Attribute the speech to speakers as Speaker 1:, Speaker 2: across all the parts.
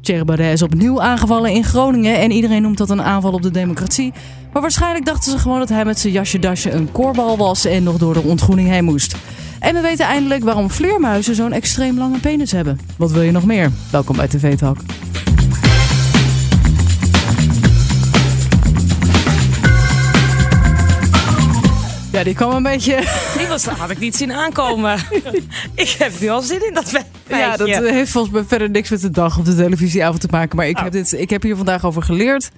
Speaker 1: Thierry Baudet is opnieuw aangevallen in Groningen en iedereen noemt dat een aanval op de democratie. Maar waarschijnlijk dachten ze gewoon dat hij met zijn jasje dasje een koorbal was en nog door de ontgroening heen moest. En we weten eindelijk waarom vleermuizen zo'n extreem lange penis hebben. Wat wil je nog meer? Welkom bij TV Talk. Ja, die kwam een beetje
Speaker 2: Die was, dat had ik niet zien aankomen. ik heb nu al zin in dat we.
Speaker 1: Ja, dat eh, heeft volgens mij verder niks met de dag op de televisieavond te maken. Maar ik,
Speaker 2: Oh.
Speaker 1: heb, dit, ik heb hier vandaag over geleerd.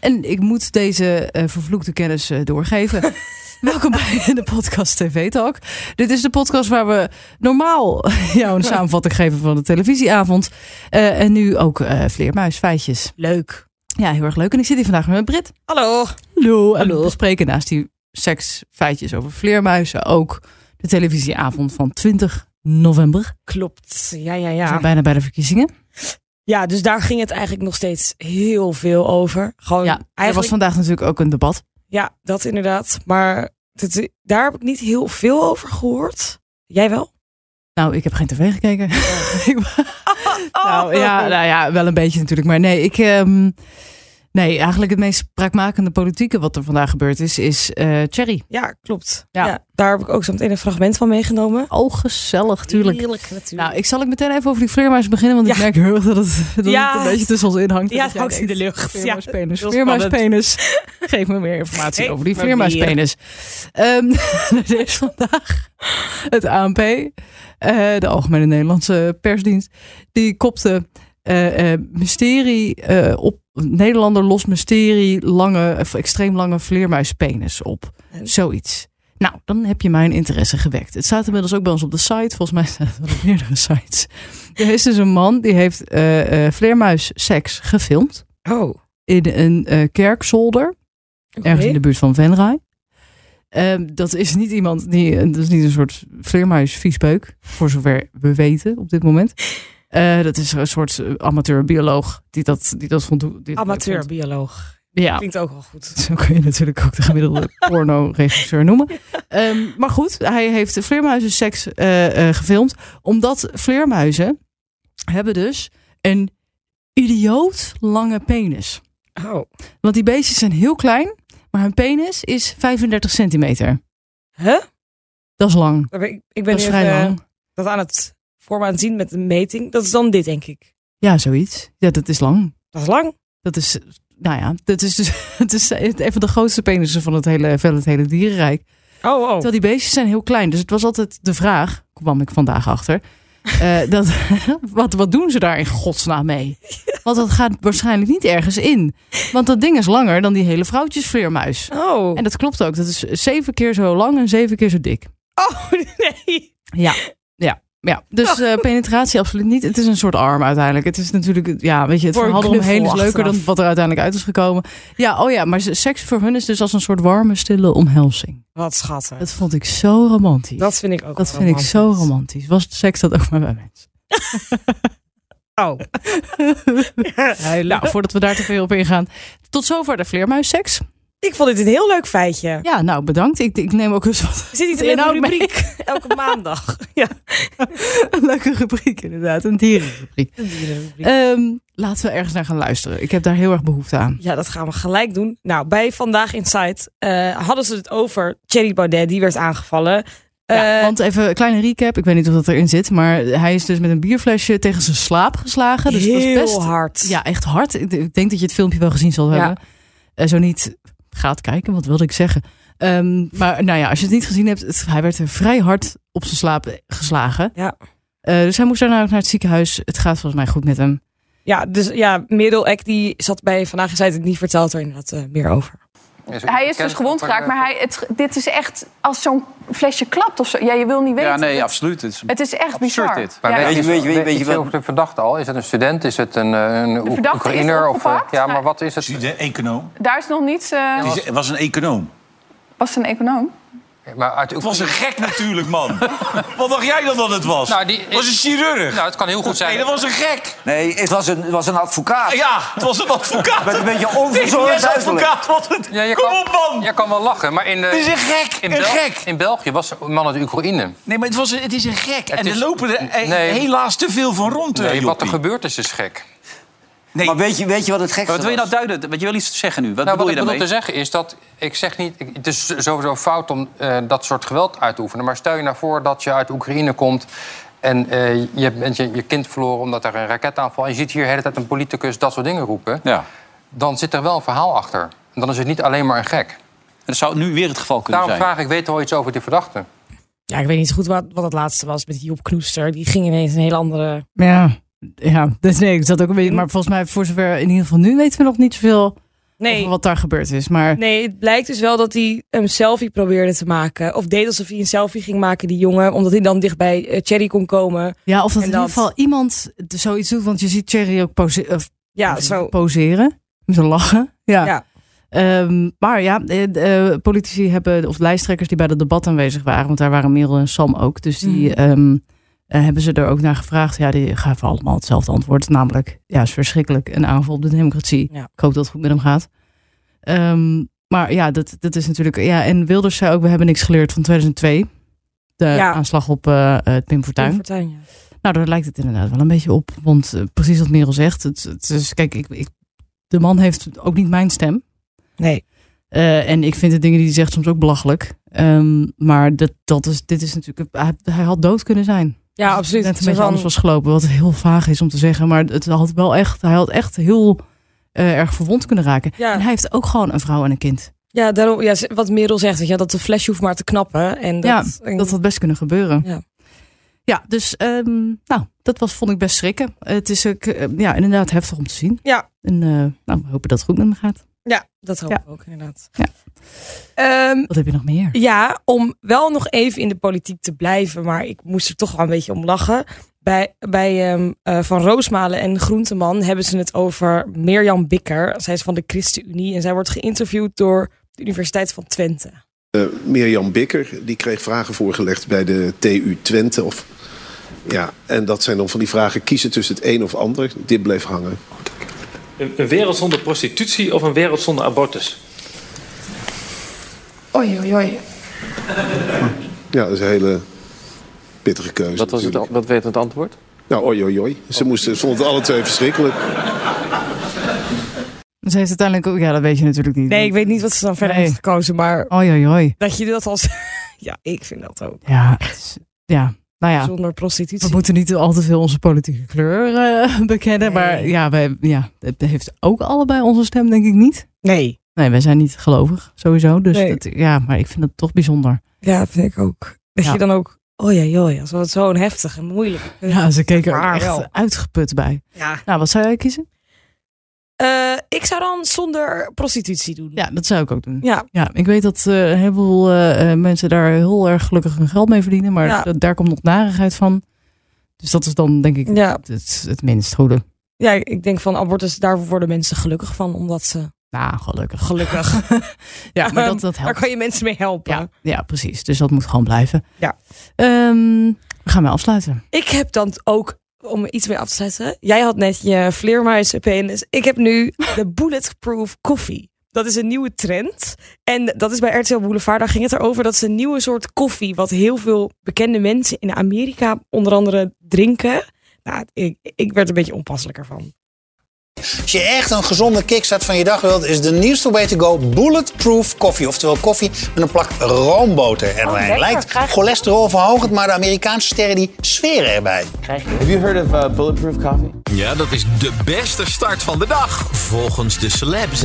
Speaker 1: En ik moet deze eh, vervloekte kennis eh, doorgeven. Welkom bij de podcast TV Talk. Dit is de podcast waar we normaal jou een samenvatting geven van de televisieavond. Eh, en nu ook eh vleermuisfeitjes.
Speaker 2: Leuk.
Speaker 1: Ja, heel erg leuk. En ik zit hier vandaag met Brit.
Speaker 2: Hallo.
Speaker 1: Hallo. En
Speaker 2: Hallo.
Speaker 1: we bespreken naast die seksfeitjes over vleermuizen ook de televisieavond van 20 november.
Speaker 2: Klopt. Ja, ja,
Speaker 1: We zijn
Speaker 2: ja.
Speaker 1: bijna bij de verkiezingen.
Speaker 2: Ja, dus daar ging het eigenlijk nog steeds heel veel over. Gewoon
Speaker 1: Ja, er was
Speaker 2: Oh, eigenlijk.
Speaker 1: vandaag natuurlijk ook een debat.
Speaker 2: Ja, dat inderdaad. Maar dat, eh, daar heb ik niet heel veel over gehoord. Jij wel?
Speaker 1: Nou, ik heb geen tv gekeken. Ik wa-
Speaker 2: Oh.
Speaker 1: nou, ja, nou ja, wel een beetje natuurlijk. Maar nee, ik. ehm, nee, eigenlijk het meest spraakmakende politieke wat er vandaag gebeurd is, is eh Thierry.
Speaker 2: Ja, klopt.
Speaker 1: Ja.
Speaker 2: Ja. daar heb ik ook zo meteen een fragment van meegenomen.
Speaker 1: Oh, gezellig, tuurlijk.
Speaker 2: Heerlijk, natuurlijk.
Speaker 1: Nou, ik zal ik meteen even over die vleermuis beginnen, want ik
Speaker 2: Ja.
Speaker 1: merk heel erg dat het, dat
Speaker 2: Ja.
Speaker 1: het een beetje tussen ons inhangt.
Speaker 2: ja,
Speaker 1: Dat
Speaker 2: het
Speaker 1: jij
Speaker 2: hangt in de
Speaker 1: denkt,
Speaker 2: lucht. Ja.
Speaker 1: Vleermuispenis,
Speaker 2: heel
Speaker 1: vleermuispenis. Geef me meer informatie
Speaker 2: Geef
Speaker 1: over die
Speaker 2: me meer.
Speaker 1: vleermuispenis. Ehm er is vandaag het ANP, eh, de Algemene Nederlandse Persdienst, die kopte eh, eh, mysterie eh, op Nederlander los mysterie lange, of extreem lange vleermuispenis op.
Speaker 2: En?
Speaker 1: Zoiets. Nou, dan heb je mijn interesse gewekt. Het staat inmiddels ook bij ons op de site. Volgens mij staat het op meerdere sites. Er is dus een man die heeft eh eh vleermuisseks gefilmd
Speaker 2: Oh,
Speaker 1: in een eh, kerkzolder,
Speaker 2: oké.
Speaker 1: ergens in de buurt van Venray. Ehm, dat is niet iemand die, eh, dat is niet een soort vleermuis viesbeuk, voor zover we weten op dit moment. Eh, dat is een soort eh, amateur-bioloog die dat, die dat vond. die dat
Speaker 2: Amateur
Speaker 1: vond-
Speaker 2: bioloog.
Speaker 1: Ja,
Speaker 2: Klinkt ook wel goed.
Speaker 1: zo kun je natuurlijk ook de gemiddelde porno-regisseur noemen. Ehm, maar goed, hij heeft vleermuizenseks eh, eh, gefilmd. Omdat vleermuizen hebben dus een idioot lange penis.
Speaker 2: Oh.
Speaker 1: Want die beestjes zijn heel klein, maar hun penis is 35 centimeter.
Speaker 2: Huh?
Speaker 1: Dat is lang.
Speaker 2: Daar ben Ik, ik ben
Speaker 1: Dat
Speaker 2: nu
Speaker 1: is vrij
Speaker 2: even, eh,
Speaker 1: lang.
Speaker 2: dat aan het voor me aan het zien met een meting. Dat is dan dit, denk ik.
Speaker 1: Ja, zoiets. Ja, dat is lang.
Speaker 2: Dat is lang.
Speaker 1: Dat is, nou ja, dat is dus het is een van de grootste penissen van het hele, van het hele dierenrijk.
Speaker 2: Oh, oh.
Speaker 1: Terwijl die beestjes zijn heel klein. Dus het was altijd de vraag, kwam ik vandaag achter, eh, dat, wat, wat doen ze daar in godsnaam mee? Want dat gaat waarschijnlijk niet ergens in. Want dat ding is langer dan die hele vrouwtjesvleermuis.
Speaker 2: Oh.
Speaker 1: En dat klopt ook. Dat is zeven keer zo lang en zeven keer zo dik.
Speaker 2: Oh, nee.
Speaker 1: Ja, ja, ja. Dus eh, penetratie absoluut niet. Het is een soort arm uiteindelijk. Het is natuurlijk, ja, weet je, het
Speaker 2: Voor een
Speaker 1: verhaal eromheen is
Speaker 2: knuffel
Speaker 1: leuker dan
Speaker 2: achteraf.
Speaker 1: wat er uiteindelijk uit is gekomen. Ja, oh ja, maar seks voor hun is dus als een soort warme, stille omhelzing.
Speaker 2: Wat schattig.
Speaker 1: Dat vond ik zo romantisch.
Speaker 2: Dat vind ik ook
Speaker 1: Dat
Speaker 2: wel
Speaker 1: vind ik zo
Speaker 2: romantisch.
Speaker 1: romantisch. Was seks dat ook maar bij mensen?
Speaker 2: Oh.
Speaker 1: Nou, voordat we daar te veel op ingaan. Tot zover de vleermuisseks.
Speaker 2: Ik vond dit een heel leuk feitje. Er
Speaker 1: Ja, nou, bedankt. Ik, ik neem ook eens wat
Speaker 2: zit niet
Speaker 1: De
Speaker 2: in een
Speaker 1: inhoud mee.
Speaker 2: rubriek. Elke maandag. Ja.
Speaker 1: een leuke rubriek inderdaad. Een dierenrubriek. Ehm, laten we ergens naar gaan luisteren. Ik heb daar heel erg behoefte aan.
Speaker 2: Eh, Ja, dat gaan we gelijk doen. Nou, bij Vandaag Insight eh, hadden ze het over Thierry Baudet. Die werd aangevallen.
Speaker 1: Ja,
Speaker 2: Eh,
Speaker 1: want even een kleine recap. Ik weet niet of dat erin zit. Maar hij is dus met een bierflesje tegen zijn slaap geslagen. Dus
Speaker 2: heel
Speaker 1: dat is best,
Speaker 2: hard.
Speaker 1: Ja, echt hard. Ik ik denk dat je het filmpje wel gezien zal
Speaker 2: Ja.
Speaker 1: hebben. Eh, zo niet, gaat kijken. Wat wilde ik zeggen? Ehm, maar nou ja, als je het niet gezien hebt. het- hij werd er vrij hard op zijn slaap geslagen.
Speaker 2: Ja.
Speaker 1: Eh, dus hij moest daarna ook naar het ziekenhuis. Het gaat volgens mij goed met hem.
Speaker 2: Ja, dus ja, Middelact die zat bij Vandaag Insight. En die vertelt er inderdaad eh, meer over.
Speaker 3: Hij is dus gewond geraakt, maar hij, het, dit is echt als zo'n flesje klapt of zo. Ja, je wil niet weten.
Speaker 4: Ja, nee, absoluut. Het is
Speaker 3: Het is echt
Speaker 4: absurd
Speaker 3: bizar.
Speaker 4: dit.
Speaker 3: Ja,
Speaker 5: Maar weet,
Speaker 3: ja.
Speaker 5: je, weet, je, weet, je,
Speaker 6: Weet je over de verdachte al? Is het een student? Is het een, eh, een Oek-
Speaker 3: verdachte is
Speaker 6: Oekraïner? of, eh,
Speaker 3: opgepakt?
Speaker 6: ja,
Speaker 3: Nee.
Speaker 6: maar wat is het?
Speaker 7: Student, econoom.
Speaker 3: Daar is nog niets. eh,
Speaker 6: Ja.
Speaker 7: Het was een econoom.
Speaker 3: was een econoom.
Speaker 6: Maar uit
Speaker 7: Het was een gek natuurlijk, man. Wat dacht jij dan dat het was?
Speaker 6: Nou, die-
Speaker 7: Het was een chirurg.
Speaker 6: Nou, het kan heel goed zijn.
Speaker 7: nee, dat was een gek.
Speaker 5: Nee, het was een, het was een advocaat.
Speaker 7: Ja, het was een advocaat.
Speaker 5: Met een beetje onverzorgd
Speaker 7: Yes,
Speaker 5: uiterlijk.
Speaker 7: advocaat was het.
Speaker 6: Ja, je
Speaker 7: Kom
Speaker 6: kan,
Speaker 7: op, man.
Speaker 6: Je kan wel lachen, maar in de...
Speaker 7: Het is een gek.
Speaker 6: In,
Speaker 7: een
Speaker 6: Bel-
Speaker 7: gek.
Speaker 6: in België was een man uit Oekraïne.
Speaker 7: Nee, maar het, was een, het is een gek. en
Speaker 6: is-
Speaker 7: er lopen er eh,
Speaker 6: Nee.
Speaker 7: helaas te veel van rond. eh,
Speaker 6: Nee, wat er
Speaker 7: joppie.
Speaker 6: gebeurd is, is gek.
Speaker 4: Nee.
Speaker 5: Maar weet je, weet je wat het gekste
Speaker 4: Maar wat wil je nou
Speaker 5: was?
Speaker 4: duiden? Wat je wil iets zeggen nu? Wat
Speaker 6: Nou,
Speaker 4: bedoel
Speaker 6: wat
Speaker 4: je
Speaker 6: ik bedoel
Speaker 4: daarmee?
Speaker 6: te zeggen is dat ik zeg niet, ik- het is sowieso fout om eh, dat soort geweld uit te oefenen. Maar stel je nou voor dat je uit Oekraïne komt en eh, je bent je, je kind verloren omdat er een raketaanval. En je ziet hier de hele tijd een politicus dat soort dingen roepen.
Speaker 4: Ja.
Speaker 6: Dan zit er wel een verhaal achter. En dan is het niet alleen maar een gek.
Speaker 4: Dat zou nu weer het geval kunnen
Speaker 6: Daarom
Speaker 4: zijn.
Speaker 6: vraag ik, weet er al iets over die verdachte?
Speaker 2: Ja, ik weet niet zo goed wat, wat het laatste was met Job Knoester. Die ging ineens een hele andere...
Speaker 1: Ja, ja. Dus nee, ik zat ook een
Speaker 2: Hm?
Speaker 1: beetje. Maar volgens mij, voor zover in ieder geval nu, weten we nog niet zoveel
Speaker 2: Nee,
Speaker 1: over wat daar gebeurd is. Maar
Speaker 2: nee, het blijkt dus wel dat hij een selfie probeerde te maken. Of deed alsof hij een selfie ging maken, die jongen. Omdat hij dan dichtbij eh, Thierry kon komen.
Speaker 1: ja, of dat
Speaker 2: En
Speaker 1: in ieder
Speaker 2: dat-
Speaker 1: geval iemand d- zoiets doet, want je ziet Thierry ook pose- of
Speaker 2: Ja, zo.
Speaker 1: eh, poseren. Met een lachen. Ja.
Speaker 2: Ja.
Speaker 1: Ehm, maar ja, eh, eh, politici hebben, of lijsttrekkers die bij het debat aanwezig waren, want daar waren Merel en Sam ook. Dus die
Speaker 2: Mhm.
Speaker 1: ehm, eh, hebben ze er ook naar gevraagd. Ja, die gaven allemaal hetzelfde antwoord. Namelijk, ja, is verschrikkelijk een aanval op de democratie.
Speaker 2: Ja.
Speaker 1: Ik hoop dat het goed met hem gaat. Ehm, maar ja, dat, dat is natuurlijk. Ja, en Wilders zei ook: we hebben niks geleerd van 2002. De
Speaker 2: Ja.
Speaker 1: aanslag op eh, eh, het Pim
Speaker 2: Pim
Speaker 1: Fortuyn.
Speaker 2: Fortuyn, ja.
Speaker 1: Nou, daar lijkt het inderdaad wel een beetje op. Want eh, precies wat Merel zegt. Het, het is, kijk, ik, ik, de man heeft ook niet mijn stem.
Speaker 2: Nee.
Speaker 1: Eh, en ik vind de dingen die hij zegt soms ook belachelijk. Ehm, maar dat, dat is, dit is natuurlijk. Hij, hij had dood kunnen zijn.
Speaker 2: Ja,
Speaker 1: Als het
Speaker 2: absoluut.
Speaker 1: Net een
Speaker 2: Zo
Speaker 1: beetje
Speaker 2: van-
Speaker 1: anders was gelopen. Wat heel vaag is om te zeggen. Maar het had wel echt, hij had echt heel eh, erg verwond kunnen raken.
Speaker 2: Ja.
Speaker 1: En hij heeft ook gewoon een vrouw en een kind.
Speaker 2: Ja, daarom, ja, wat Merel zegt, weet je, dat de flesje hoeft maar te knappen. En dat, en-
Speaker 1: Dat had best kunnen gebeuren.
Speaker 2: Mhm. Ja.
Speaker 1: Ja, dus ehm, nou, dat was, vond ik best schrikken. Het is ook, eh, ja, inderdaad heftig om te zien.
Speaker 2: Ja.
Speaker 1: En eh, nou, we hopen dat het goed met hem gaat.
Speaker 2: ja, dat hoop
Speaker 1: Ja.
Speaker 2: ik ook inderdaad.
Speaker 1: Ja.
Speaker 2: Ehm,
Speaker 1: Wat heb je nog meer?
Speaker 2: ja, om wel nog even in de politiek te blijven, maar ik moest er toch wel een beetje om lachen. Bij, bij ehm, eh, Van Roosmalen en Groenteman hebben ze het over Mirjam Bikker. Zij is van de ChristenUnie en zij wordt geïnterviewd door de Universiteit van Twente.
Speaker 8: Eh, Mirjam Bikker, die kreeg vragen voorgelegd bij de TU Twente. Of, ja, en dat zijn dan van die vragen kiezen tussen het een of ander. Dit bleef hangen.
Speaker 9: Een,
Speaker 4: nou-
Speaker 9: een wereld zonder prostitutie of een wereld zonder abortus?
Speaker 10: Oei, oei, oei.
Speaker 8: Ja, dat is een hele pittige keuze
Speaker 6: Dat was het,
Speaker 8: natuurlijk.
Speaker 6: dat werd het antwoord?
Speaker 8: Nou, oi, oi, oi. Ze moesten, ze vonden het alle twee verschrikkelijk.
Speaker 1: Ze heeft uiteindelijk ook, ja, dat weet je natuurlijk niet.
Speaker 2: Nee, ik weet niet wat ze dan verder
Speaker 1: Nee.
Speaker 2: heeft gekozen, maar
Speaker 1: Oei, oei, oei.
Speaker 2: dat je dat als... ja, ik vind dat ook.
Speaker 1: Ja, het is- ja. Nou ja,
Speaker 2: Zonder
Speaker 1: we
Speaker 2: prostitutie.
Speaker 1: moeten niet al te veel onze politieke kleur eh, bekennen.
Speaker 2: Nee.
Speaker 1: Maar ja, wij, ja, het heeft ook allebei onze stem, denk ik niet.
Speaker 2: Nee.
Speaker 1: Nee, wij zijn niet gelovig, sowieso. Dus
Speaker 2: Nee.
Speaker 1: dat, ja, maar ik vind het toch bijzonder.
Speaker 2: Ja, vind ik ook. Dat
Speaker 1: Ja.
Speaker 2: je dan ook, oh ja, joh, ja, zo- wat zo'n heftig en moeilijk.
Speaker 1: Ja, ze keken er
Speaker 2: Maar
Speaker 1: echt
Speaker 2: wel.
Speaker 1: uitgeput bij.
Speaker 2: Ja.
Speaker 1: Nou, wat zou jij kiezen?
Speaker 2: Eh, ik zou dan zonder prostitutie doen.
Speaker 1: Ja, dat zou ik ook doen.
Speaker 2: Ja.
Speaker 1: Ja, ik weet dat eh, een heleboel eh, eh, mensen daar heel erg gelukkig hun geld mee verdienen. Maar
Speaker 2: Ja.
Speaker 1: da- daar komt nog narigheid van. Dus dat is dan, denk ik,
Speaker 2: Ja.
Speaker 1: het, het minst goede.
Speaker 2: ja, ik denk van abortus, daar worden mensen gelukkig van, omdat ze
Speaker 1: Nou, gelukkig.
Speaker 2: gelukkig.
Speaker 1: Ja, maar dat, dat helpt.
Speaker 2: Daar kan je mensen mee helpen.
Speaker 1: Ja, ja, precies. Dus dat moet gewoon blijven.
Speaker 2: Ja.
Speaker 1: Ehm, we gaan weer afsluiten.
Speaker 2: Ik heb dan ook, om er iets mee af te zetten, jij had net je vleermuizenpenis. dus Ik heb nu de bulletproof koffie. Dat is een nieuwe trend. En dat is bij RTL Boulevard. Daar ging het erover. Dat is een nieuwe soort koffie. Wat heel veel bekende mensen in Amerika onder andere drinken. Nou, ik, ik werd er een beetje onpasselijker van.
Speaker 10: Als je echt een gezonde kickstart van je dag wilt, is de nieuwste way to go bulletproof koffie. Oftewel koffie met een plak roomboter erbij. Lijkt cholesterol verhogend, maar de Amerikaanse sterren die sferen erbij.
Speaker 11: Ja, dat is de beste start van de dag, volgens de celebs.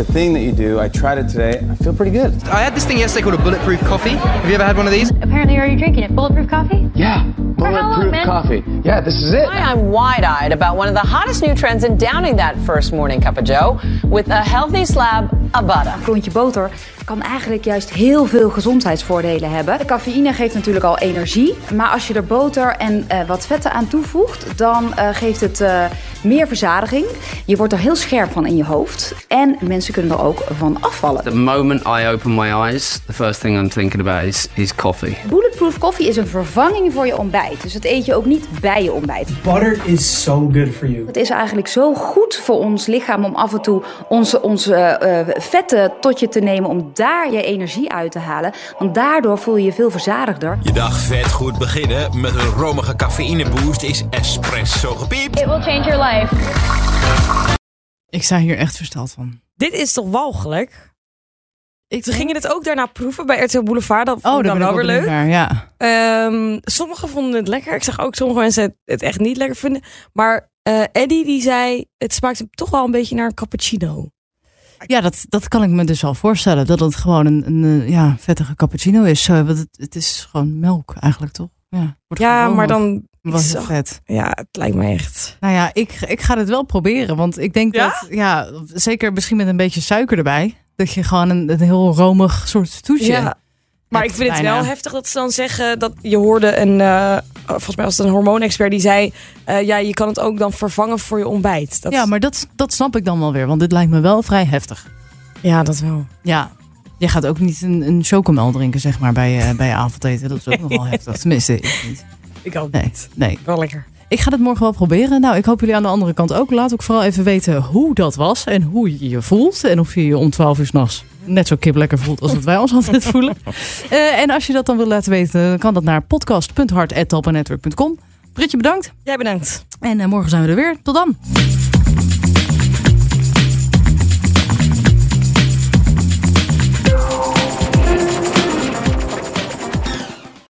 Speaker 10: I had this thing yesterday called a bulletproof coffee. Have you ever had one of these?
Speaker 9: Apparently, are you drinking it? Bulletproof coffee?
Speaker 11: Yeah,
Speaker 9: bulletproof
Speaker 11: coffee. Yeah, this is it.
Speaker 9: I'm wide-eyed about one of the hottest new trends in downing that first morning cup of joe with a healthy slab of butter.
Speaker 10: klontje boter kan eigenlijk juist heel veel gezondheidsvoordelen hebben. De cafeïne geeft natuurlijk al energie. Maar als je er boter en eh, wat vetten aan toevoegt, dan eh, geeft het eh, meer verzadiging. Je wordt er heel scherp van in je hoofd. En mensen kunnen er ook van afvallen.
Speaker 11: The moment I open my eyes, the first thing I'm thinking about is, is coffee.
Speaker 10: Bulletproof koffie is een vervanging voor je ontbijt. Dus dat eet je ook niet bij je ontbijt.
Speaker 9: Butter is so good for you.
Speaker 10: Het is eigenlijk zo goed voor ons lichaam om af en toe onze, onze eh, eh, vetten tot je te nemen. Om daar je energie uit te halen. Want daardoor voel je je veel verzadigder.
Speaker 11: Je dag vet goed beginnen met een romige cafeïneboost is espresso gepiept.
Speaker 9: It will change your life.
Speaker 1: Ik sta hier echt versteld van.
Speaker 2: Dit is toch walgelijk?
Speaker 1: Ik
Speaker 2: Ze gingen het ook daarna proeven bij RTL Boulevard. Dat vond ik dan
Speaker 1: Oh, ben ik
Speaker 2: wel weer
Speaker 1: benieuwd
Speaker 2: leuk.
Speaker 1: naar, Ja.
Speaker 2: Ehm, sommigen vonden het lekker. Ik zag ook sommige mensen het- het echt niet lekker vinden. Maar eh Eddie die zei, het smaakt hem toch wel een beetje naar een cappuccino.
Speaker 1: Ja, dat, dat kan ik me dus wel voorstellen. Dat het gewoon een, een eh, ja, vettige cappuccino is. Zo, want het, het is gewoon melk eigenlijk, toch? Ja, wordt
Speaker 2: Ja,
Speaker 1: gewoon
Speaker 2: maar
Speaker 1: melk.
Speaker 2: dan...
Speaker 1: Was
Speaker 2: Zo.
Speaker 1: het vet.
Speaker 2: Ja, het lijkt me echt...
Speaker 1: Nou ja, ik, ik ga dit wel proberen. Want ik denk
Speaker 2: Ja?
Speaker 1: dat, ja, zeker misschien met een beetje suiker erbij. Dat je gewoon een, een heel romig soort toetje
Speaker 2: Ja. Maar ik vind het wel
Speaker 1: bijna.
Speaker 2: heftig dat ze dan zeggen dat je hoorde een, eh, volgens mij was het een hormoonexpert die zei, eh, ja, je kan het ook dan vervangen voor je ontbijt. Dat,
Speaker 1: Ja, maar dat, dat snap ik dan wel weer. Want dit lijkt me wel vrij heftig.
Speaker 2: ja, dat wel.
Speaker 1: Ja. Je gaat ook niet een, een chocomel drinken, zeg maar, bij, eh, bij je avondeten. Dat is ook nogal heftig. Tenminste, ik niet.
Speaker 2: Ik ook
Speaker 1: Nee,
Speaker 2: niet.
Speaker 1: nee.
Speaker 2: Wel lekker.
Speaker 1: Ik ga het morgen wel proberen. Nou, ik hoop jullie aan de andere kant ook. Laat ook vooral even weten hoe dat was en hoe je je voelt. En of je je om 12 uur s'nachts net zo kip lekker voelt als dat wij ons altijd voelen. Eh, en als je dat dan wil laten weten, dan kan dat naar podcast.hart.talpanetwork.com. Britje, bedankt.
Speaker 2: Jij bedankt.
Speaker 1: En eh, morgen zijn we er weer. Tot dan.